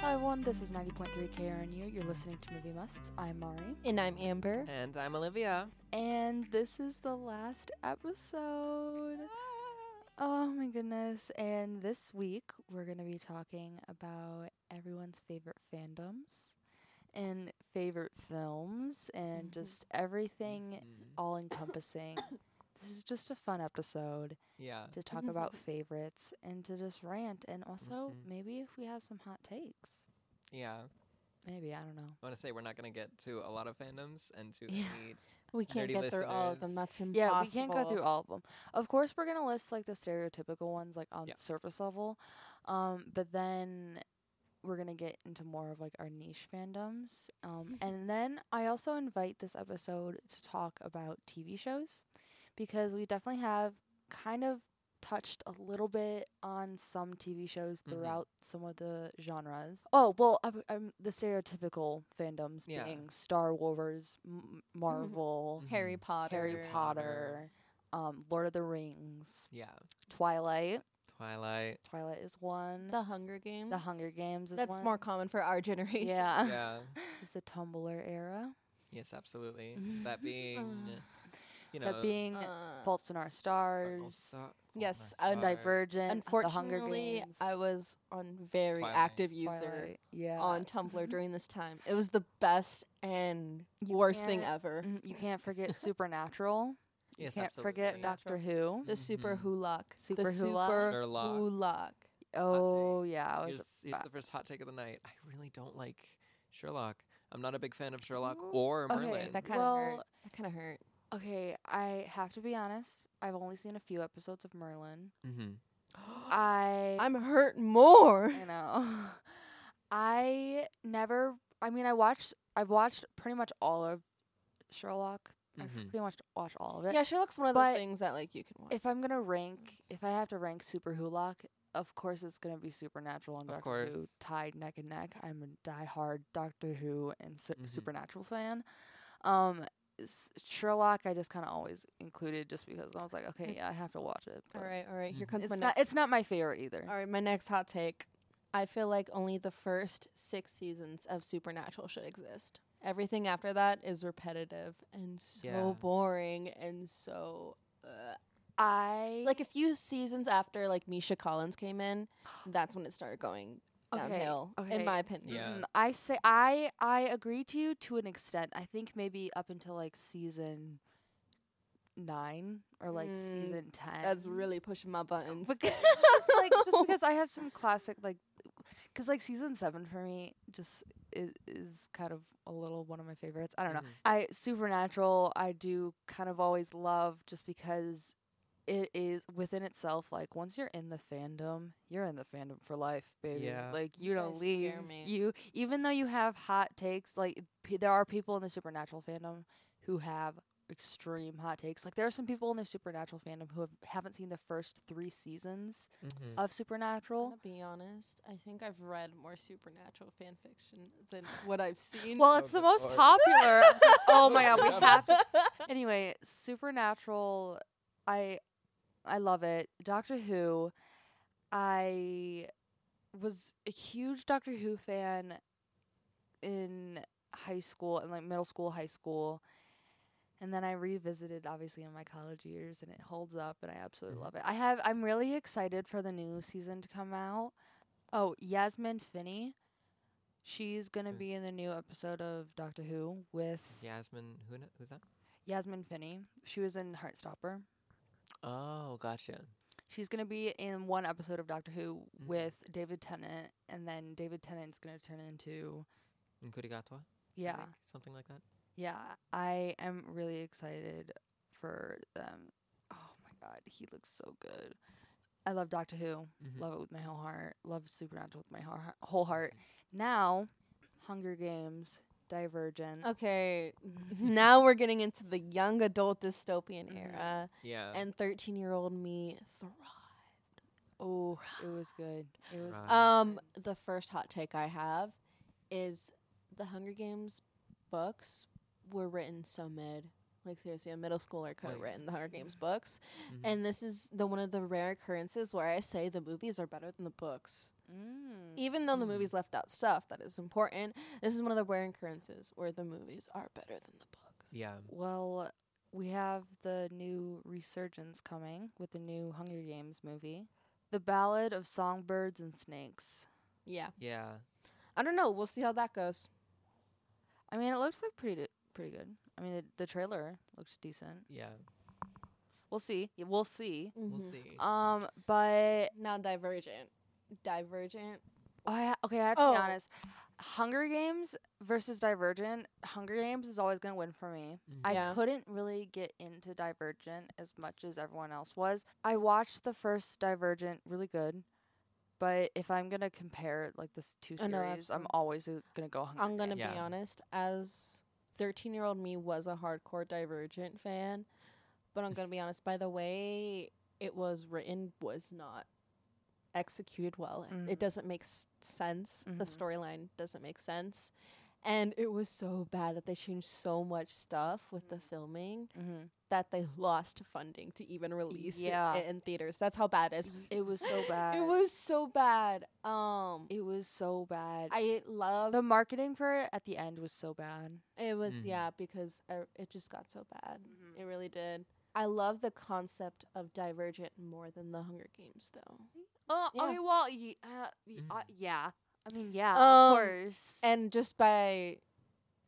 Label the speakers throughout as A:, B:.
A: Hi everyone, this is 90.3 KRNU. You're listening to Movie Musts. I'm Mari.
B: And I'm Amber.
C: And I'm Olivia.
A: And this is the last episode. Oh my goodness. And this week we're going to be talking about everyone's favorite fandoms and favorite films and just
C: Mm-hmm.
A: everything all encompassing. this is just a fun episode
C: Yeah.
A: to talk about favorites and to just rant and also maybe if we have some hot takes.
C: Yeah.
A: Maybe, I don't know.
C: I want to say we're not going to get to a lot of fandoms and to
A: Yeah.
C: any.
B: We can't
C: Nerdy
B: get through all of them.
C: listeners.
B: That's impossible.
A: Yeah, we can't go through all of them. Of course, we're gonna list like the stereotypical ones, like on
C: Yeah.
A: surface level, um, but then we're gonna get into more of like our niche fandoms, um, and then I also invite this episode to talk about TV shows because we definitely have kind of touched a little bit on some TV shows
C: Mm-hmm.
A: throughout some of the genres. Oh well, I'm, I'm the stereotypical fandoms
C: Yeah. Mm-hmm.
A: being Star Wars, M- Marvel.
B: Harry Potter.
A: Harry Potter, um, Lord of the Rings,
C: Yeah.
A: Twilight.
C: Twilight.
A: Twilight is one. The,
B: The Hunger Games.
A: Hunger Games is
B: That's
A: one.
B: more common for our generation.
A: Yeah.
C: Yeah.
A: It's the Tumblr era.
C: Yes, absolutely. That being, you know,
A: Um, that being
B: uh,
A: Faults in Our
C: Fault in Our
A: Stars,
C: Sta- Fault in
B: Yes,
C: Our
B: and
C: Stars.
A: Divergent, The Hunger
B: Unfortunately,
A: Games.
B: I was on very
C: Twilight.
B: active user
A: Twilight, yeah. Mm-hmm.
B: on Tumblr during this time. It was the best and worst thing
A: can't-
B: ever.
A: Mhm, you can't forget Supernatural.
C: Yes,
A: Can't
C: absolutely.
A: forget Doctor Who.
B: The Super
C: Mm-hmm.
B: Hulock.
A: Super
B: the
A: Hulock.
B: Super
C: Sherlock.
B: Hulock.
A: Oh yeah, I was.
C: Here's, here's
A: ba-
C: the first hot take of the night. I really don't like Sherlock. I'm not a big fan of Sherlock or
A: okay,
C: Merlin.
B: That kind of
A: Well,
B: hurt. That kind of hurt.
A: okay, I have to be honest. I've only seen a few episodes of Merlin.
C: mm-hmm.
A: I
B: I'm hurt more.
A: I know. I never. I mean, I watched. I've watched pretty much all of Sherlock. I've
C: Mhm.
A: pretty much watched all of it.
B: Yeah, Sherlock's one of those
A: But
B: things that like you can watch.
A: If I'm gonna rank, if I have to rank Super Hulock, of course it's gonna be Supernatural and
C: Of
A: Doctor Who
C: course.
A: tied neck and neck. I'm a diehard Doctor Who and Su-
C: Mhm.
A: Supernatural fan. Um, s- Sherlock, I just kind of always included just because I was like, okay, yeah, I have to watch it.
B: all
A: but
B: right, all right. Here
C: Mhm.
B: comes
A: It's
B: my
A: not.
B: next.
A: It's not my favorite either.
B: All right, my next hot take. I feel like only the first six seasons of Supernatural should exist. Everything after that is repetitive and so
C: Yeah.
B: boring and so. Uh,
A: I
B: like a few seasons after, like Misha Collins came in, that's when it started going
A: Okay,
B: downhill.
A: okay.
B: In my opinion,
C: Yeah.
A: Mm, I say I I agree to you to an extent. I think maybe up until like season nine or like
B: Mm,
A: season ten.
B: that's really pushing my buttons.
A: because like just because I have some classic like because like season seven for me just is, is kind of a little one of my favorites. I don't know.
C: Mhm.
A: I Supernatural I do kind of always love just because it is within itself like once you're in the fandom, you're in the fandom for life, baby.
C: Yeah.
A: Like you don't
B: guys
A: leave.
B: scare me.
A: You even though you have hot takes, like p- there are people in the Supernatural fandom who have extreme hot takes. Like there are some people in the Supernatural fandom who have, haven't seen the first 3 seasons
C: Mhm.
A: of
B: I'm
A: Supernatural.
B: gonna be honest. I think I've read more Supernatural fan fiction than what I've seen.
A: Well, it's the
C: Oh, good
A: most
C: lord.
A: popular. oh my god, we have to. Anyway, Supernatural, I, I love it. Doctor Who, I was a huge Doctor Who fan in high school and like middle school, high school. And then I revisited obviously in my college years and it holds up and I absolutely love it. I have I'm really excited for the new season to come out. Oh, Yasmin Finney. She's gonna
C: Mm.
A: be in the new episode of Doctor Who with
C: Yasmin, who, kn- who's that?
A: Yasmin Finney. She was in Heartstopper.
C: Oh, gotcha.
A: She's gonna be in one episode of Doctor Who
C: Mhm.
A: with David Tennant, and then David Tennant's gonna turn into
C: Nkurigatwa?
A: yeah,
C: Something like that?
A: yeah. I am really excited for them. Oh my god, he looks so good. I love Doctor Who.
C: Mhm.
A: Love it with my whole heart. Love Supernatural with my har- whole heart. Now, Hunger Games, Divergent.
B: Oh. Okay, now we're getting into the young adult dystopian era,
C: Mm-hmm. Yeah.
B: and thirteen-year-old me thrive.
A: Oh, it was good. It was.
C: Right.
B: Um, the first hot take I have is the Hunger Games books were written so mid. Like seriously, a middle schooler could have
C: Wait.
B: written the Hunger Games
C: Mm-hmm. Mm-hmm.
B: books, and this is the one of the rare occurrences where I say the movies are better than the books.
A: Mm.
B: Even though the
C: Mm.
B: movies left out stuff that is important, this is one of the rare occurrences where the movies are better than the books.
C: Yeah.
A: Well, we have the new resurgence coming with the new Hunger Games movie, The Ballad of Songbirds and Snakes.
B: Yeah.
C: Yeah.
B: I don't know. We'll see how that goes.
A: I mean, it looks like pretty d- pretty good. I mean, the, the trailer looks decent.
C: Yeah.
A: We'll see. Yeah, We'll see.
C: We'll
B: Mhm.
C: see.
A: Um, but
B: Now Divergent. Divergent.
A: I ha- okay, I have to
B: Oh.
A: be honest. Hunger Games versus Divergent. Hunger Games is always gonna win for me. I
C: Mm-hmm.
B: Yeah.
A: couldn't really get into Divergent as much as everyone else was. I watched the first Divergent, really good. But if I'm gonna compare like the s- two
B: I know,
A: series, I'm
B: absolutely.
A: always uh, gonna go Hunger.
B: I'm gonna
A: Games.
C: Yeah.
B: be honest, as thirteen year old me was a hardcore Divergent fan, but I'm gonna be honest, by the way it was written was not executed well. It-
A: Mhm.
B: It doesn't make s- sense. The
A: Mhm.
B: storyline doesn't make sense. And it was so bad that they changed so much stuff with the filming
A: Mhm.
B: that they lost funding to even release
A: Yeah.
B: it in theaters. That's how bad it is.
A: It was so bad.
B: It was so bad. Um
A: It was so bad.
B: I love
A: the marketing for it at the end was so bad.
B: It was
C: Mhm.
B: yeah because I, it just got so bad. It
A: Mm-hmm.
B: really did. I love the concept of Divergent more than the Hunger Games though.
A: Oh,
B: Yeah.
A: okay. Well, ye- uh, y- uh,
C: Mhm.
A: yeah. I mean, yeah,
B: Um,
A: of course.
B: And just by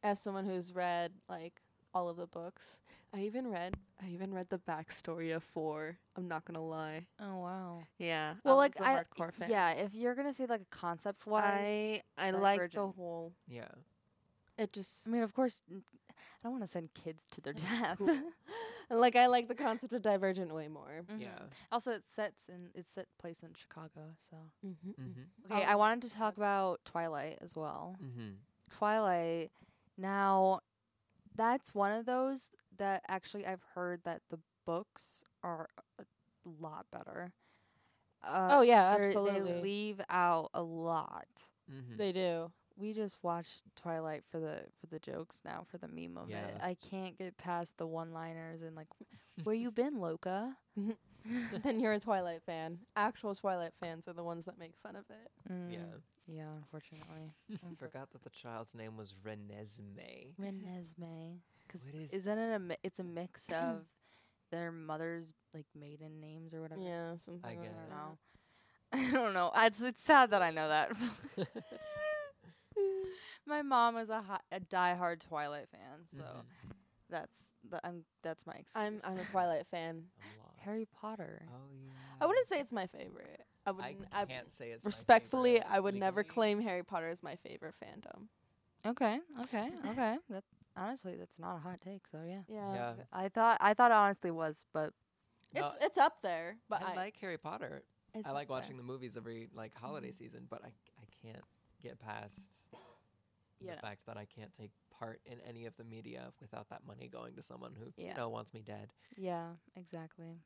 B: as someone who's read like all of the books, I even read I even read the backstory of 4. I'm not going to lie.
A: oh wow.
B: Yeah.
A: Well, like
B: was a
A: I,
B: hardcore fan.
A: yeah. If you're gonna say like a concept wise,
B: I I like the
A: Divergent.
B: whole
C: Yeah.
B: it just
A: I mean, of course, n- I don't want to send kids to
B: Mm,
A: their death.
B: like I like the concept of Divergent way more.
A: Mhm.
C: Yeah.
A: Also, it sets in it's set place in Chicago. So
B: Mm-hmm.
C: Mm-hmm.
A: okay, I wanted to talk about Twilight as well.
C: Mm-hmm.
A: Twilight. Now, that's one of those that actually I've heard that the books are a lot better. Uh,
B: Oh yeah,
A: they're-
B: absolutely.
A: They leave out a lot.
C: Mm-hmm.
B: they do.
A: We just watched Twilight for the for the jokes now for the meme of it.
C: Yeah.
A: I can't get past the one liners and like, where you been, Loca?
B: then you're a Twilight fan. Actual Twilight fans are the ones that make fun of it.
A: Mm,
C: Yeah.
A: Yeah. Unfortunately.
B: mm-hmm.
C: Forgot that the child's name was Renesmee.
A: Renesmee. Cause Mm.
C: What is-
A: isn't it a mi- it's a mix of their mother's like maiden names or whatever.
B: Yeah, something.
C: I
B: like
C: get
A: I
C: it.
A: don't
B: that.
A: know. I don't know. It's it's sad that I know that. my mom is a hi- a diehard Twilight fan, so
C: Mhm.
A: that's the, I'm that's my excuse.
B: I'm I'm a Twilight fan.
C: I'm lost.
A: Harry Potter.
C: Oh yeah.
B: I wouldn't say it's my favorite. I would.
C: I
B: n- I
C: can't say it's my
B: respectfully,
C: favorite
B: I would never
C: legally.
B: claim Harry Potter as my favorite fandom.
A: Okay, okay, okay. That honestly, that's not a hot take. So yeah,
C: Yeah.
A: I thought I thought it honestly was, but
C: No,
B: It's it's up there, but
C: I,
B: I,
C: like Harry Potter.
B: it's Mm-hmm.
C: I
B: up
C: like
B: there.
C: watching the movies every like holiday season, but I I can't get past
A: Yeah.
C: the fact that I can't take part in any of the media without that money going to someone who
A: Yeah.
C: you know wants me dead.
A: yeah, exactly,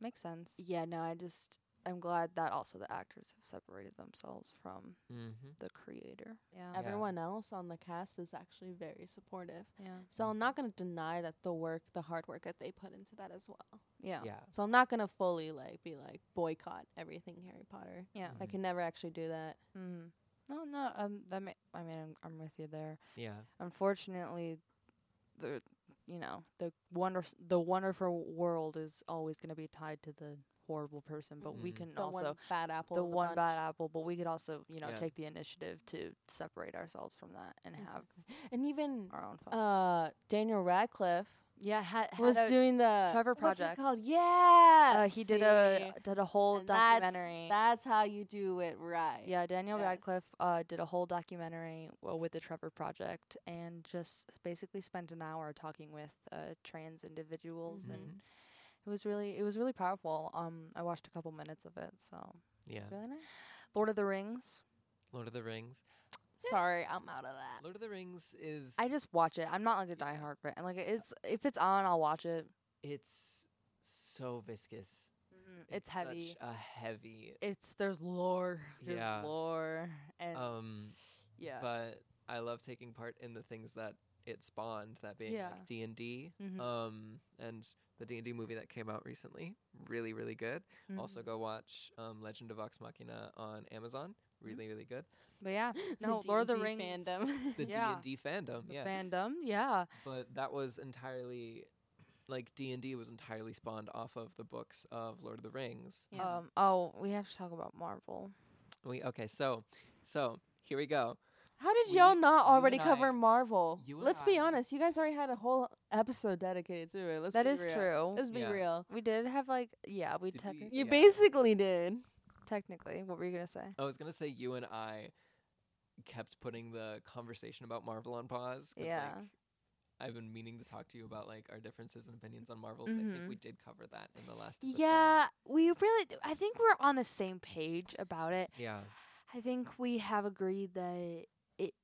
A: makes sense. Yeah, no, I just I'm glad that also the actors have separated themselves from
C: Mm-hmm.
A: the creator.
C: Yeah.
A: Yeah,
B: Everyone else on the cast is actually very supportive.
A: yeah,
B: So
C: Mm.
B: I'm not going to deny that the work, the hard work that they put into that as well.
A: yeah,
C: Yeah.
B: So I'm not going to fully like be like boycott everything Harry Potter.
A: yeah.
B: I can never actually do that.
A: Mm. No, no, um, that may, I mean, I'm, I'm with you there.
C: Yeah.
A: Unfortunately, the you know the wonder the wonderful world is always going to be tied to the horrible person, but we
C: Mhm.
A: can
B: the
A: also
B: one bad apple.
A: the
B: of
A: one
B: bunch.
A: bad apple, but we could also you know
C: Yeah.
A: take the initiative to separate ourselves from that and have
B: And even
A: our own fun.
B: uh, Daniel Radcliffe
A: yeah, had,
B: was doing the
A: Trevor
B: what's it
A: Project. Uh,
B: called? Yeah,
A: he did a
B: see?
A: did a whole
B: And that's-
A: documentary.
B: That's how you do it right.
A: Yeah, Daniel
B: Yes.
A: Radcliffe uh, did a whole documentary w- with the Trevor Project and just basically spent an hour talking with uh, trans individuals, and
C: Mhm.
A: it was really it was really powerful. Um, I watched a couple minutes of it, so
C: Yeah.
A: it's really nice. Lord of the Rings.
C: Lord of the Rings.
B: Sorry, I'm out of that.
C: Lord of the Rings is
A: I just watch it. I'm not like a diehard fan. Like it's if it's on, I'll watch it.
C: it's so viscous.
A: It's
C: such
A: heavy.
C: a heavy.
A: It's there's lore. There's
C: Yeah.
A: lore and
C: Um,
A: yeah.
C: but I love taking part in the things that it spawned. That being
A: Yeah.
C: like D and D,
A: Mhm.
C: um, and the D&D movie that came out recently. Really, really good.
A: Mm-hmm.
C: Also go watch um, Legend of Vox Machina on Amazon.
A: Mm-hmm.
C: Really, really good.
A: But yeah, no, Lord of the
B: D&D
A: Rings.
B: fandom.
C: The
A: Yeah.
C: D&D fandom.
A: The
C: yeah.
A: fandom, yeah.
C: but that was entirely like D&D was entirely spawned off of the books of Lord of the Rings.
B: Yeah.
A: Um, oh, we have to talk about Marvel.
C: We okay, so so here we go.
B: How did
C: we-
B: y'all not
C: you
B: already
C: and
B: cover
C: I-
B: Marvel?
C: you and
B: Let's be
C: I-
B: honest. You guys already had a whole episode dedicated to it. Let's
A: That
B: be
A: is
B: real.
A: true.
B: Let's be
C: Yeah.
B: real.
A: we did have like, yeah, we
C: Did
A: technically,
C: we-
B: You
C: Yeah.
B: basically did.
A: technically. What were you gonna say?
C: I was going to say you and I kept putting the conversation about Marvel on pause 'cause,
A: Yeah.
C: like, I've been meaning to talk to you about like our differences and opinions on Marvel. But I
A: Mhm.
C: think we did cover that in the last episode.
A: Yeah, we really. I think we're on the same page about it.
C: Yeah.
A: I think we have agreed that it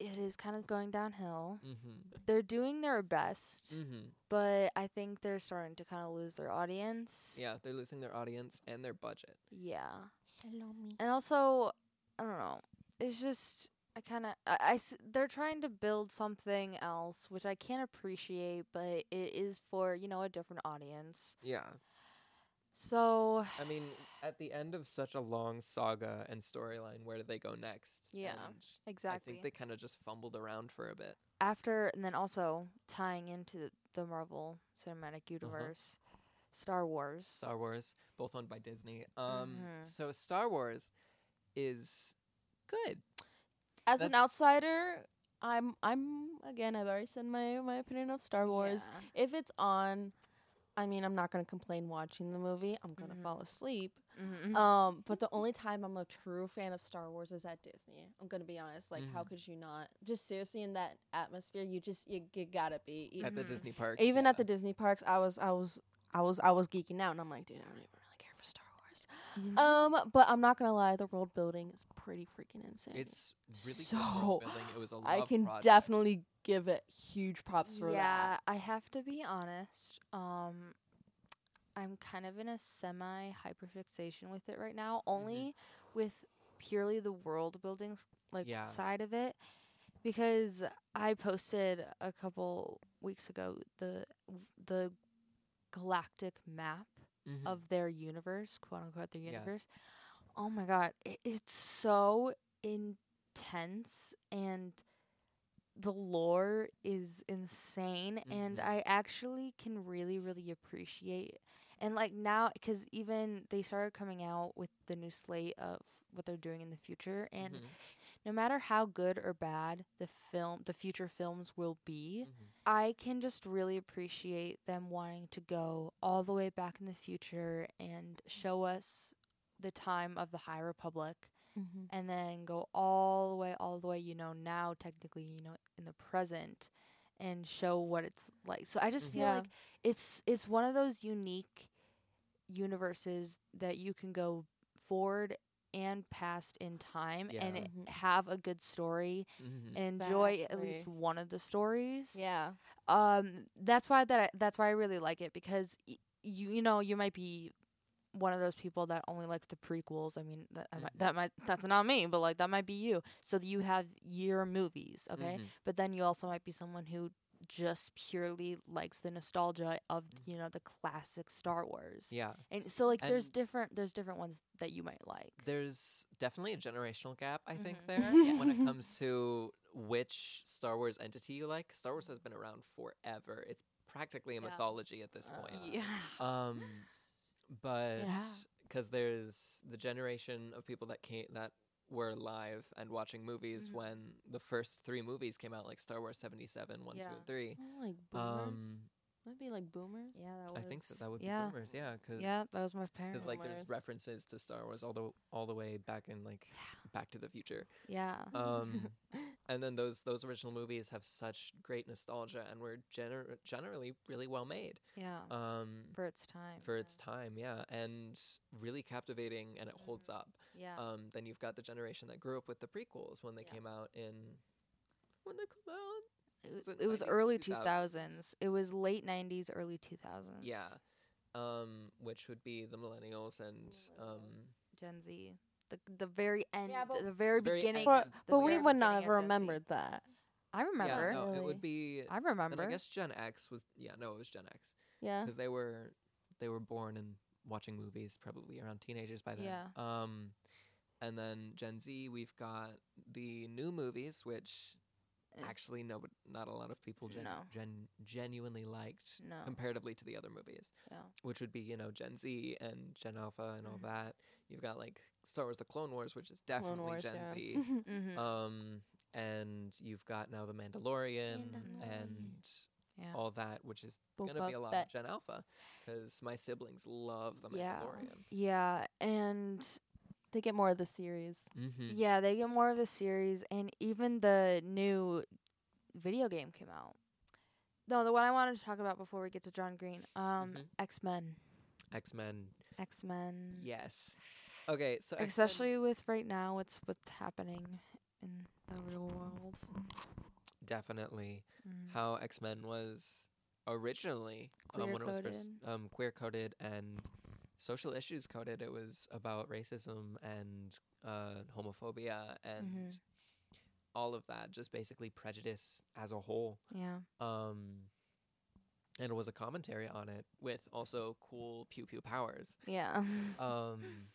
A: it is kind of going downhill.
C: Mhm.
A: They're doing their best,
C: Mhm.
A: but I think they're starting to kind of lose their audience.
C: Yeah, they're losing their audience and their budget.
A: Yeah. And also, I don't know. It's just I kind of I, I s- they're trying to build something else, which I can appreciate, but it is for you know a different audience.
C: Yeah.
A: So
C: I mean, at the end of such a long saga and storyline, where do they go next?
A: Yeah,
C: And
A: exactly.
C: I think they kind of just fumbled around for a bit.
A: after and then also tying into the Marvel Cinematic
C: Uh-huh.
A: Universe, Star Wars.
C: Star Wars, both owned by Disney. Um,
A: Mhm.
B: Mm-hmm.
C: so Star Wars is good.
B: As an
C: That's-
B: outsider, I'm I'm again I've already said my, my opinion of Star Wars.
A: Yeah.
B: If it's on I mean, I'm not gonna complain watching the movie. I'm gonna
C: Mm-hmm.
A: Mhm.
B: fall asleep.
A: Mhm.
B: Um, but the only time I'm a true fan of Star Wars is at Disney. I'm gonna be honest. Like, how
C: Mhm.
B: could you not? Just seriously, in that atmosphere, you just you, you gotta be. E-
C: At the
A: Mhm.
C: Disney parks.
B: Even at
C: yeah.
B: the Disney parks, I was I was I was I was geeking out, and I'm like, dude, I don't even really care for Star Wars.
A: Mhm.
B: Um, but I'm not gonna lie, the world building is pretty freaking insane.
C: It's really good
B: So,
C: world building. It was a
B: I
C: love
B: can
C: project.
B: definitely give it huge props for
A: yeah,
B: that.
A: I have to be honest. Um, I'm kind of in a semi hyperfixation with it right now,
B: Mm-hmm.
A: only with purely the world building s- like
C: Yeah.
A: side of it, because I posted a couple weeks ago the the galactic map
C: Mhm.
A: of their universe, quote unquote their
C: Yeah.
A: universe. Oh my god, it, it's so intense and the lore is insane and
C: Mhm.
A: I actually can really really appreciate and like now cuz even they started coming out with the new slate of what they're doing in the future and
C: Mhm.
A: no matter how good or bad the film the future films will be
C: Mhm.
A: I can just really appreciate them wanting to go all the way back in the future and show us the time of the High Republic
B: Mm-hmm.
A: and then go all the way, all the way, you know, now technically, you know, in the present and show what it's like. So I just
C: Mhm.
A: feel
B: Yeah.
A: like it's it's one of those unique universes that you can go forward and past in time and
C: Yeah.
B: Mhm.
A: have a good story
C: Mhm.
A: and enjoy at least
B: Exactly.
A: one of the stories
B: Yeah.
A: um that's why that I, that's why I really like it because y- you you know you might be one of those people that only likes the prequels. I mean that I might,
C: Mhm.
A: that might that's not me, but like that might be you. So that you have your movies, okay?
C: Mhm.
A: But then you also might be someone who just purely likes the nostalgia of you know the classic Star Wars.
C: Mm-hmm. Yeah.
A: And so like there's
C: And-
A: different there's different ones that you might like.
C: There's definitely a generational gap, I think,
A: Mhm.
C: there
B: Yeah.
C: when it comes to which Star Wars entity you like. Star Wars has been around forever. It's practically a
A: Yeah.
C: mythology at this point.
B: Uh,
A: yeah.
C: um but
B: Yeah.
C: because there's the generation of people that came that were live and watching movies
A: Mhm.
C: when the first three movies came out like star wars 77 1 2
A: Yeah.
C: and 3
B: Like boomers.
C: um
B: Might be like boomers.
A: Yeah, that
C: i
A: was
C: think so that would
A: yeah.
C: be boomers yeah because
A: Yeah, that was my parents.
C: like there's
B: Boomers.
C: references to star wars all the all the way back in like back to the future
A: yeah.
C: um and then those those original movies have such great nostalgia and were gener- generally really well made
A: Yeah.
C: um
A: for its time.
C: for its time yeah and really captivating and it holds up
A: Mm-hmm. yeah.
C: Um, then you've got the generation that grew up with the prequels when they
A: Yeah.
C: came out in when they come out.
A: It was,
C: Was it
A: it was
C: 90s or
A: early
C: 2000s?
A: 2000s. It was late 90s, early 2000s.
C: Yeah. Um, which would be the millennials and um,
A: Gen Z. The, the very end,
B: Yeah, but-
A: the very,
C: Very
A: beginning.
C: end.
B: but
C: the
B: but
C: very
B: we would
A: beginning
B: not
A: of
B: have
A: Gen Z.
B: remembered that.
A: I remember.
C: yeah, no, it
B: Really?
C: would be.
A: I
C: Then I
A: remember.
C: guess Gen X was yeah, no, it was Gen X.
B: Yeah.
C: because they were they were born and watching movies probably around teenagers by then.
B: Yeah.
C: Um, and then Gen Z, we've got the new movies, which
A: Eh.
C: actually no, not a lot of people gen-
A: No.
C: gen- genuinely liked
A: No.
C: comparatively to the other movies.
A: Yeah.
C: Which would be you know Gen Z and Gen Alpha and
B: Mm.
C: all
A: Mhm.
C: that. You've got like Star Wars: The Clone Wars, which is
B: Clone
C: definitely
B: Wars,
C: Gen
B: yeah.
C: Z.
A: Mm-hmm.
C: Um, and you've got now The Mandalorian,
A: Mandalorian.
C: and
A: Yeah.
C: all that, which is
B: Boba
C: gonna be a lot
B: Fett.
C: of Gen Alpha because my siblings love The
B: Yeah.
C: Mandalorian.
A: yeah, and
B: They get more of the series.
C: Mm-hmm.
A: yeah, they get more of the series, and even the new video game came out. No, the one I wanted to talk about before we get to John Green, um,
C: Mhm.
A: X Men,
C: X Men.
A: X Men.
C: Yes. Okay, so X-Men-
A: especially with right now what's what's happening in the real world.
C: definitely
A: Mm.
C: how X Men was originally um, when it was first
A: Queer-coded.
C: um, queer coded and social issues coded. It was about racism and uh, homophobia and
A: Mhm.
C: all of that, just basically prejudice as a whole.
A: Yeah.
C: um, and it was a commentary on it with also cool pew pew powers.
A: Yeah.
C: Um,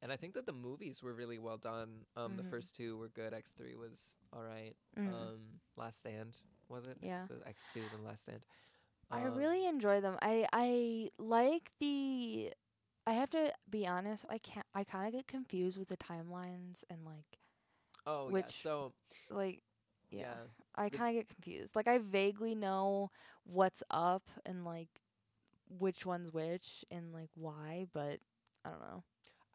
C: and I think that the movies were really well done. Um, The
A: Mhm.
C: first two were good. X three was all right.
A: Mhm.
C: Um, Last Stand was it?
A: Yeah.
C: So X two then Last Stand.
A: I
C: Um,
A: really enjoy them. I I like the I have to be honest, I can't I kind of get confused with the timelines and like
C: Oh yeah.
A: which-
C: So
A: like yeah.
C: yeah.
A: I
C: the-
A: kind of get confused. Like I vaguely know what's up and like which one's which and like why, but I don't know.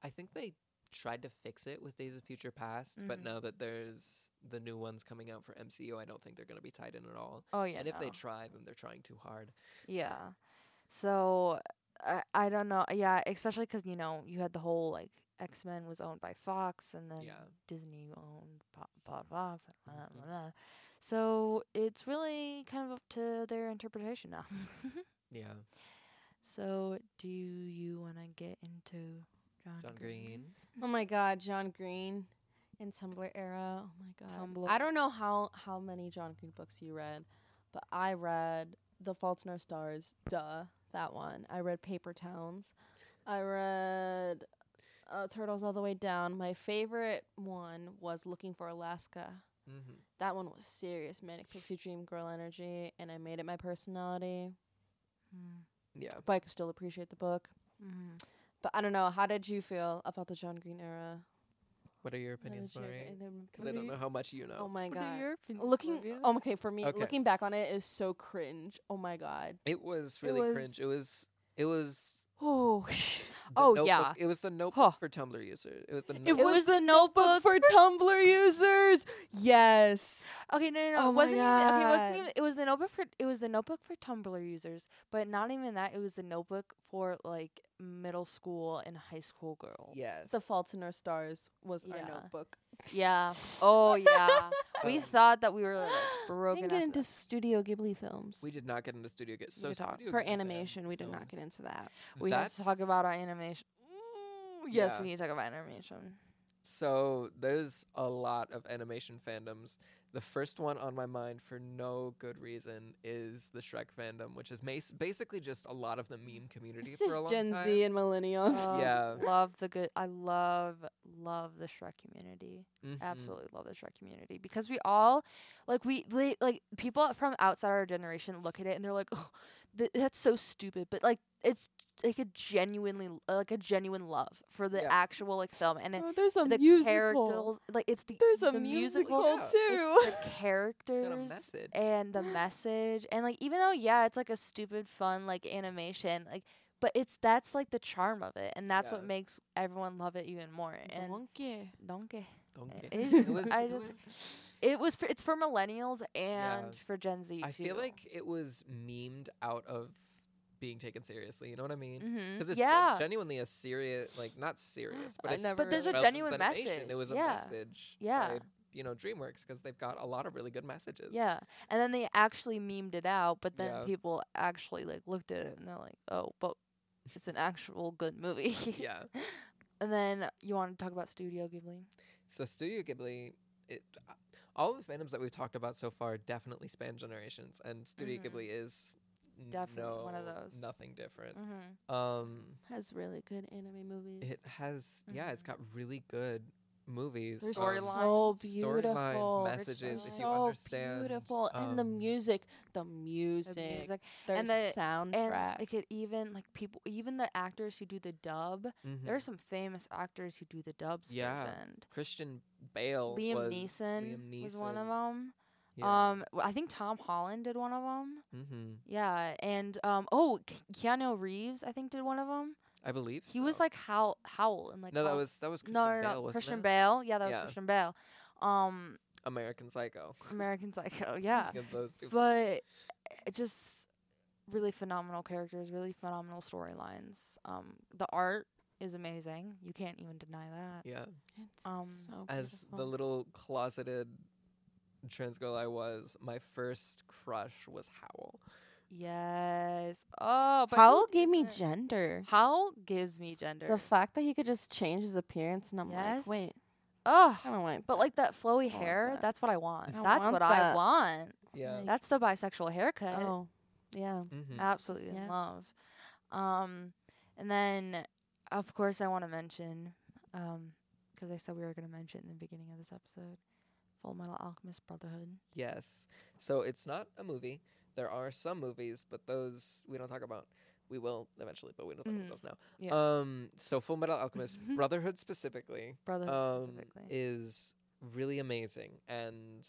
C: I think they tried to fix it with Days of Future Past, but
A: Mhm.
C: now that there's the new ones coming out for MCU, I don't think they're going to be tied in at all.
A: Oh yeah.
C: and if they
A: no.
C: try, then they're trying too hard.
A: Yeah. So I I don't know. Yeah, especially 'cause you know you had the whole like X Men was owned by Fox and then
C: Yeah.
A: Disney owned Pod, Pod Fox. and blah,
C: Mhm.
A: blah, blah. So it's really kind of up to their interpretation now.
C: Yeah.
A: so do you want to get into John,
C: John Green.
B: Oh my God, John Green in Tumblr era. Oh my God. I
A: Tumblr.
B: don't know how how many John Green books you read, but I read The Fault in Our Stars. Duh, that one. I read Paper Towns. I read uh, Turtles All the Way Down. My favorite one was Looking for Alaska.
C: Mm-hmm.
B: That one was serious manic pixie dream girl energy, and I made it my personality.
C: Yeah.
B: But I could still appreciate the book.
A: Hmm. Mm-hmm.
B: But I don't know. How did you feel about the John Green era?
C: What are your
B: How
C: opinions,
B: did you-
C: Maureen?
B: and then-
C: Because I don't know how much you
B: Oh
C: know.
B: my god.
A: looking?
B: looking oh, okay for me
C: Okay.
B: looking back on it is so cringe oh my god
C: It was really cringe. It was. It was.
B: oh
C: the
A: Oh,
C: notebook-
A: yeah.
C: It was the notebook
A: Huh.
C: for Tumblr users. It was the.
A: it
C: Notebook.
A: was, the Notebook.
B: book for tumblr users yes
A: Okay, no, no, no.
B: Oh
A: it
B: my
A: wasn't even, okay, it wasn't
B: God.
A: even. It was the notebook for it was the notebook for Tumblr users, but not even that. It was the notebook for like middle school and high school girls.
C: Yes.
B: the fault in our stars was
A: Yeah.
B: our notebook
A: Yeah. Oh yeah. we
C: Um,
A: thought that we were like
B: we
A: broken.
B: didn't get
A: after
B: into
A: that.
B: studio ghibli films
C: we did not get into Studio Get. So
B: We talked-
C: Studio
B: for
C: Ghibli
B: animation we did not
C: films.
B: get into that
A: We need
C: That's,
A: to talk about our animation. Ooh, yes,
C: Yeah.
A: we need to talk about animation.
C: So there's a lot of animation fandoms. The first one on my mind for no good reason is the Shrek fandom, which is mas- basically just a lot of the meme community
B: it's
C: for a
B: just
C: long
B: gen
C: time.
B: z and millennials
A: Uh,
C: Yeah.
A: Love the good. I love love the Shrek community.
C: Mhm.
A: absolutely love the Shrek community because we all like we li- like people from outside our generation look at it and they're like, oh, th- that's so stupid, but like it's like a genuinely like a genuine love for the
C: Yeah.
A: actual like film and it,
B: oh, there's a
A: the
B: musical
A: characters like it's the
B: there's a
A: the
B: musical
C: Yeah.
B: too
A: it's the characters
C: message.
A: and the message and like even though yeah it's like a stupid fun like animation like but it's that's like the charm of it and that's
C: Yeah.
A: what makes everyone love it even more and
B: Donkey.
A: donkey
C: Donkey.
A: it-
C: It was-
A: I
C: it
A: just-
C: was-
A: it was for, it's for millennials and
C: Yeah.
A: for Gen Z.
C: I feel
A: too.
C: like it was memed out of being taken seriously. You know what I mean?
A: Mhm.
C: Because it's gen-
A: yeah,
C: genuinely a serious, like not serious, but
B: I
C: it's
B: never
A: But there's a
C: about
A: genuine
C: transformation.
A: message.
C: It was a
A: Yeah.
C: message.
A: Yeah.
C: by, you know, DreamWorks because they've got a lot of really good messages.
A: yeah. And then they actually memed it out, but then
C: Yeah.
A: people actually like looked at it and they're like, "Oh, but it's an actual good movie."
C: Yeah.
A: And then you want to talk about Studio Ghibli?
C: So Studio Ghibli, it, all the fandoms that we've talked about so far definitely span generations, and Studio
A: Mhm.
C: Ghibli is n-
A: Definitely one of
C: no-
A: those.
C: Nothing different.
A: Mm-hmm.
C: Um,
B: Has really good anime movies.
C: it has yeah, it's
A: Mhm.
C: got really good movies.
B: They're
A: Storyline.
C: um,
B: so
A: storylines,
B: beautiful.
C: storylines, messages. If you
B: so
C: understand,
B: beautiful, and the
C: um,
B: music, the music,
A: The music
B: their
A: and the- and
B: soundtrack.
A: like it even like people even the actors who do the dub.
C: mhm.
A: There are some famous actors who do the dubs.
C: Yeah.
A: For Fend.
C: Christian Bale,
A: Liam,
C: was,
A: Neeson
C: Liam
A: was one of
C: Neeson.
A: them.
C: Yeah.
A: Um, w- I think Tom Holland did one of them.
C: hmm
A: Yeah, and um, oh, K- Keanu Reeves I think did one of them.
C: I believe
A: He was
C: so.
A: like Howl, Howl, and like
C: no, that
A: Howl-
C: was that was Christian
A: no, no, no,
C: Bale, wasn't
A: Christian
C: it?
A: Bale. Yeah, that was
C: Yeah.
A: Christian Bale. Um,
C: American Psycho.
A: American Psycho. Yeah,
C: Give those two.
A: but it just really phenomenal characters, really phenomenal storylines. Um, the art is amazing. You can't even deny that.
C: yeah,
B: It's
A: um,
B: so
C: as the
B: beautiful.
C: little closeted trans girl I was, my first crush was Howl.
A: Yes. Oh, but
B: Howl
A: who
B: gave me
A: isn't?
B: gender.
A: Howl gives me gender.
B: The fact that he could just change his appearance, and I'm
A: Yes.
B: like, wait,
A: oh,
B: I don't like.
A: but like that flowy
B: want
A: hair,
B: that.
A: that's what I want.
B: I
A: that's
B: want
A: what I
B: that.
A: want.
C: Yeah.
B: Like-
A: That's the bisexual haircut.
B: oh, yeah,
C: Mm-hmm.
A: Absolutely in
B: yeah.
A: love. Um, and then, of course, I want to mention, um, 'cause I said we were going to mention it in the beginning of this episode, Full Metal Alchemist Brotherhood.
C: Yes. So it's not a movie. There are some movies, but those we don't talk about. We will eventually, but we don't talk
A: Mm.
C: about those now.
A: Yeah.
C: Um, so Full Metal Alchemist Brotherhood specifically
A: Brotherhood
C: um,
A: specifically.
C: is really amazing and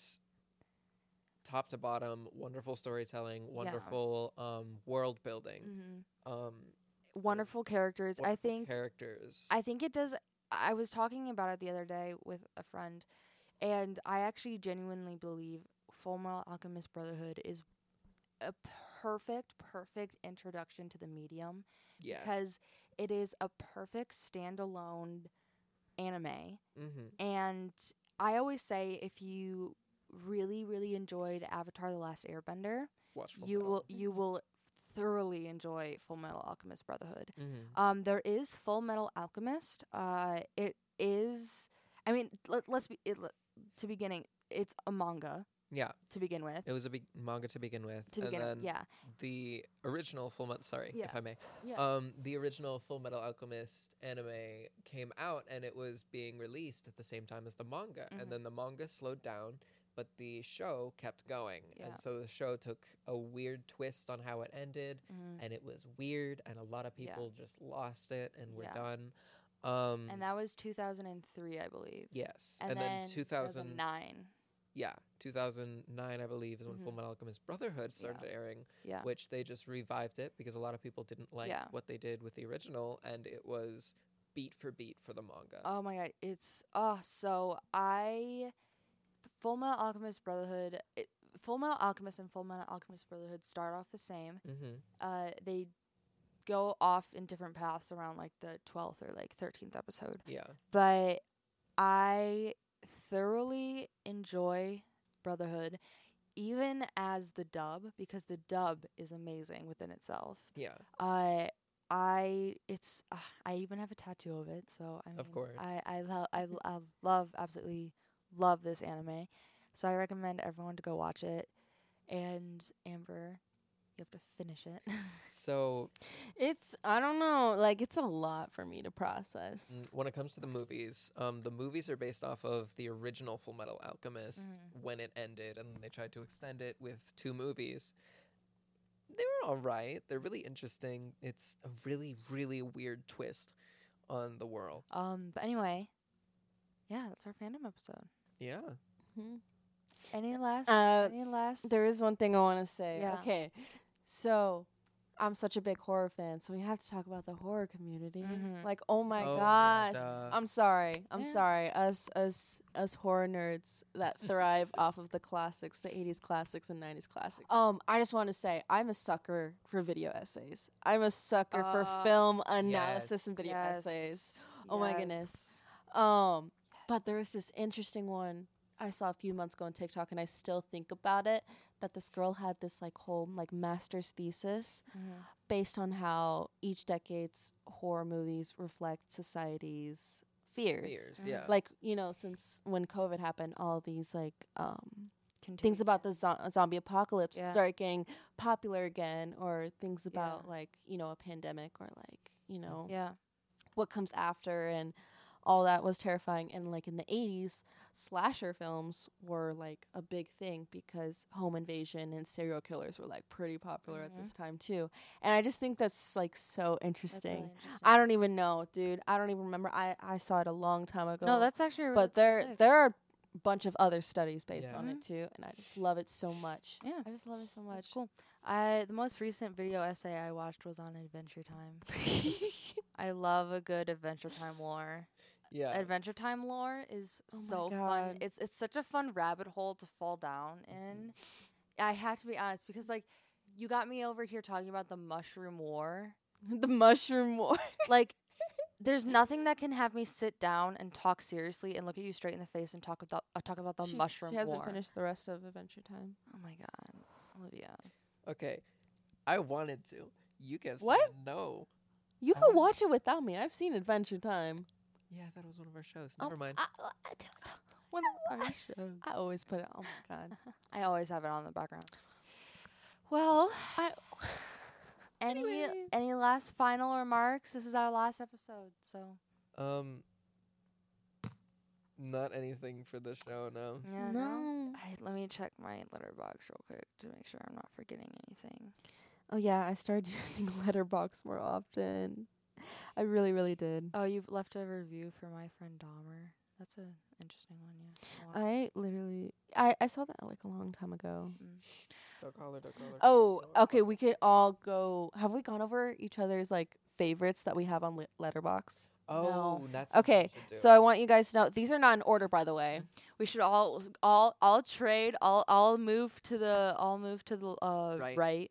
C: top to bottom, wonderful storytelling, wonderful um, world building,
B: Mm-hmm.
A: Mhm.
C: um,
A: Wonderful characters. I
C: wonderful
A: think
C: characters.
A: I think it does. I was talking about it the other day with a friend, and I actually genuinely believe Full Metal Alchemist Brotherhood is a perfect, perfect introduction to the medium
C: yeah.
A: because it is a perfect standalone anime.
C: mm-hmm.
A: And I always say if you really, really enjoyed Avatar: The Last Airbender,
C: Watch Full
A: you
C: Metal.
A: will you will thoroughly enjoy Full Metal Alchemist Brotherhood.
C: Mhm.
A: Um, there is Full Metal Alchemist. Uh, it is. I mean, let, let's be it, let, to beginning. It's a manga
C: Yeah,
A: to begin with.
C: it was a big manga to begin with.
A: To
C: and
A: begin
C: then
A: with, yeah,
C: the original Full Metal. Sorry,
A: Yeah.
C: if I may.
A: Yeah.
C: Um, the original Full Metal Alchemist anime came out, and it was being released at the same time as the manga.
A: Mhm.
C: And then the manga slowed down, but the show kept going.
A: Yeah.
C: And so the show took a weird twist on how it ended,
A: Mhm.
C: and it was weird, and a lot of
A: Yeah.
C: people just lost it and were
A: Yeah.
C: done. Um,
A: and that was 2003, I believe.
C: yes,
A: And,
C: then, 2000,
A: 2009.
C: yeah, 2009, I believe, is when
A: Mhm.
C: Full Metal Alchemist Brotherhood
A: Yeah.
C: started airing
A: Yeah,
C: which they just revived it because a lot of people didn't like
A: Yeah.
C: what they did with the original and it was beat for beat for the manga.
A: Oh my god, it's oh so I Full Metal Alchemist Brotherhood it, Full Metal Alchemist and Full Metal Alchemist Brotherhood start off the same.
C: mm-hmm.
A: Uh they go off in different paths around like the 12th or like 13th episode.
C: Yeah.
A: But I thoroughly enjoy Brotherhood even as the dub because the dub is amazing within itself.
C: Yeah.
A: I Uh, I it's uh, I even have a tattoo of it, so I mean,
C: Of course.
A: I I, lo- I l- I love absolutely love this anime, so I recommend everyone to go watch it. And Amber, you have to finish it.
C: So
B: it's I don't know, like it's a lot for me to process.
C: mm, when it comes to the movies, um, the movies are based off of the original Full Metal Alchemist
B: Mm-hmm.
A: Mhm.
C: when it ended, and they tried to extend it with two movies. They were all right. They're really interesting. It's a really, really weird twist on the world.
A: um, but anyway, yeah, that's our fandom episode.
C: Yeah.
A: Any last?
B: Uh,
A: any last?
B: There is one thing I want to say.
A: Yeah.
B: Okay, so I'm such a big horror fan, so we have to talk about the horror community.
A: Mhm.
B: Like, oh my
C: Oh,
B: gosh.
C: duh.
B: I'm sorry. I'm
A: Yeah.
B: sorry. Us us us horror nerds that thrive off of the classics, the 80s classics and 90s classics. Um, I just want to say I'm a sucker for video essays. I'm a sucker
A: Uh,
B: for film analysis and video
A: Yes,
B: essays. Oh my goodness.
A: yes.
B: Um, but there was this interesting one I saw a few months ago on TikTok, and I still think about it. That this girl had this like whole like master's thesis
A: Mhm.
B: based on how each decade's horror movies reflect society's fears.
C: Fears,
B: Mm-hmm.
A: Mhm.
C: yeah.
B: Like you know, since when COVID happened, all these like um
A: continue.
B: things about the zo- zombie apocalypse
A: Yeah.
B: start getting popular again, or things
A: Yeah.
B: about like you know a pandemic, or like you know
A: yeah.
B: what comes after, and all that was terrifying. And like in the eighties, slasher films were like a big thing because home invasion and serial killers were like pretty popular
A: Mhm.
B: at this time too. And I just think Mm-hmm. that's like so
A: That's
B: interesting.
A: really interesting.
B: I don't even know, dude. I don't even remember. I I saw it a long time ago.
A: no, that's actually. a really
B: but there
A: good-
B: there are a bunch of other studies based
C: Yeah.
B: on it too, and I just love it so much.
A: Yeah.
B: I just love it so
A: That's
B: much.
A: cool. I the most recent video essay I watched was on Adventure Time. I love a good Adventure Time lore.
C: Yeah.
A: Adventure Time lore is
B: Oh my
A: so fun.
B: God. Mm-hmm.
A: It's it's such a fun rabbit hole to fall down in. I have to be honest because like you got me over here talking about the mushroom war.
B: the mushroom war.
A: Like there's nothing that can have me sit down and talk seriously and look at you straight in the face and talk about uh, talk about the
B: she,
A: mushroom
B: She hasn't
A: war.
B: finished the rest of Adventure Time.
A: Oh my god. Olivia.
C: Okay. I wanted to. You guys.
B: What?
C: No.
B: You
C: I
B: can
C: wanna-
B: watch it without me. I've seen Adventure Time.
C: Yeah, I thought it was one of our shows.
B: Oh,
C: Never mind.
B: I, I don't- I always put it. Oh my god.
A: I always have it on the background. Well,
B: I,
A: any
B: Anyway.
A: any last final remarks? This is our last episode, so
C: Um. Not anything for the show. No.
A: yeah.
B: no.
A: I, let me check my letterbox real quick to make sure I'm not forgetting anything.
B: Oh yeah, I started using Letterbox more often. I really, really did.
A: Oh, you left a review for my friend Dahmer. That's an interesting one. Yeah.
B: I literally, I, I saw that like a long time ago.
C: Don't call her. Don't call her.
B: Oh, okay. We could all go. Have we gone over each other's like favorites that we have on Lit- Letterbox?
C: Oh, that's
B: Okay, so I want you guys to know these are not in order, by the way.
A: we should all all all trade. All all move to the all move to the uh, right.
C: Right.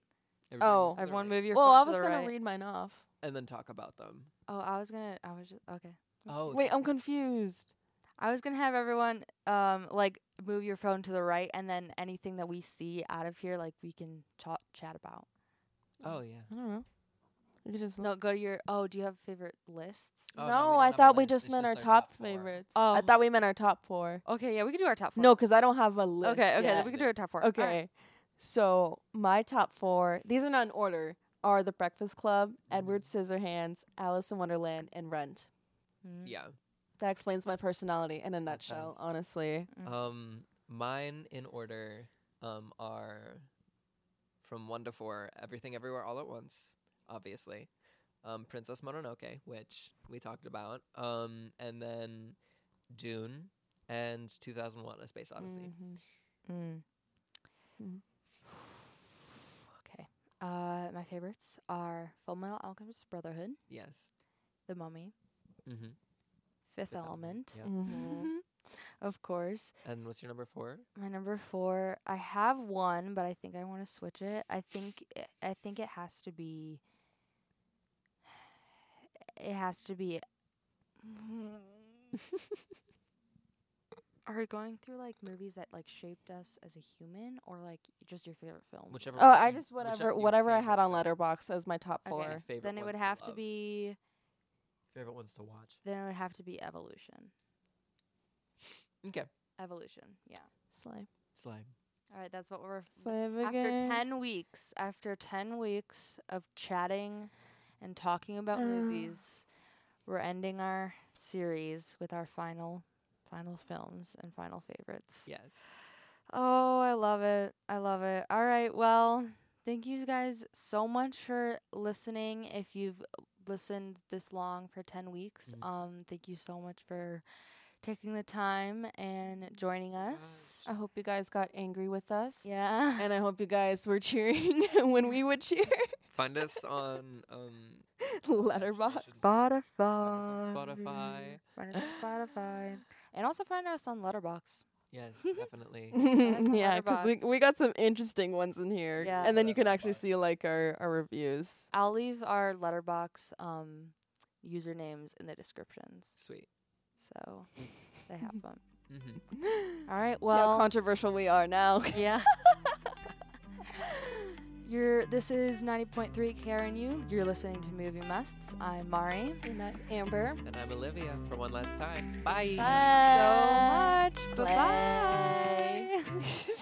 B: oh.
A: Everyone move your.
B: Well,
A: phone
B: I
A: to
B: was
A: the
B: gonna
A: right.
B: read mine off.
C: and then talk about them.
A: Oh, I was gonna. I was just okay.
C: Oh,
B: Wait, I'm confused.
A: I was gonna have everyone um like move your phone to the right, and then anything that we see out of here, like we can cha- chat about.
C: oh yeah.
B: I don't know. You could just
A: No, go to your. Oh, do you have favorite lists?
C: Oh, no, we
B: no,
C: don't
B: I
C: have a
B: thought we
C: list,
B: just
C: it's
B: meant our
C: just our
B: top,
C: top four.
B: favorites. I
A: Oh.
B: thought we meant our top four.
A: Okay, yeah, we could do our top four.
B: No, because I don't have a list.
A: okay, okay,
B: yet.
A: then we could do our top four. All
B: Okay.
A: right.
B: So my top four, these are not in order, are The Breakfast Club, Edward
C: Mm-hmm.
B: Scissorhands, Alice in Wonderland, and Rent.
A: Mm.
C: Yeah.
B: That explains my personality in a nutshell,
C: does.
B: honestly.
A: Mm.
C: Um, mine in order um are from one to four. Everything, everywhere, all at once. Obviously, um, Princess Mononoke, which we talked about. Um, and then Dune and 2001: A Space Odyssey.
B: Mm-hmm.
A: Mm.
B: Mhm.
A: okay. Uh, my favorites are Full Metal Alchemist Brotherhood,
C: Yes.
A: The Mummy,
C: Mm-hmm.
A: Fifth, Element, Mm-hmm.
C: Yeah.
B: Mhm.
A: of course.
C: And what's your number four?
A: My number four, I have one, but I think I want to switch it. I think it, I think it has to be. It has to be. Are we going through like movies that like shaped us as a human, or like just your favorite film?
C: Whichever.
B: Oh,
C: one
B: I
C: you-
B: just
C: whichever
B: whatever
C: your
B: whatever I
C: favorite
B: had on
C: is.
B: Letterbox as my top
A: Okay.
B: four.
C: Your favorite
A: Then it
C: ones
A: would have to
C: love.
A: be.
C: favorite ones to watch.
A: Then it would have to be evolution.
C: Okay.
A: Evolution. Yeah.
B: Slay.
C: Slime.
A: All right. That's what we're
B: Slay
A: after 10 weeks after 10 weeks of chatting and talking about
B: Ah.
A: movies we're ending our series with our final final films and final favorites
C: Yes.
A: oh i love it i love it all right well thank you guys so much for listening if you've listened this long for 10 weeks
B: Mm-hmm.
C: Mhm.
A: um thank you so much for taking the time and joining
C: so
A: us
B: I hope you guys got angry with us.
A: yeah
B: And I hope you guys were cheering when we would cheer.
C: Find us on um
B: Letterbox.
A: Spotify.
C: Find us on Spotify.
A: Find us on Spotify. And also find us on Letterbox.
C: Yes, definitely.
A: us on
B: yeah, because we
A: Letterboxd.
B: we got some interesting ones in here.
A: Yeah.
B: And then you can
C: Letterboxd.
B: actually see like our, our reviews.
A: I'll leave our Letterbox um, usernames in the descriptions,
C: Sweet.
A: so they have them.
C: Mm-hmm.
A: All right.
B: See how
A: Well,
B: controversial we are now.
A: yeah. You're. This is ninety point three KRNU. You're listening to Movie Musts. I'm Mari.
B: Amber.
C: And I'm Olivia for one last time. Bye.
A: So much.
B: Slay.
A: Bye bye.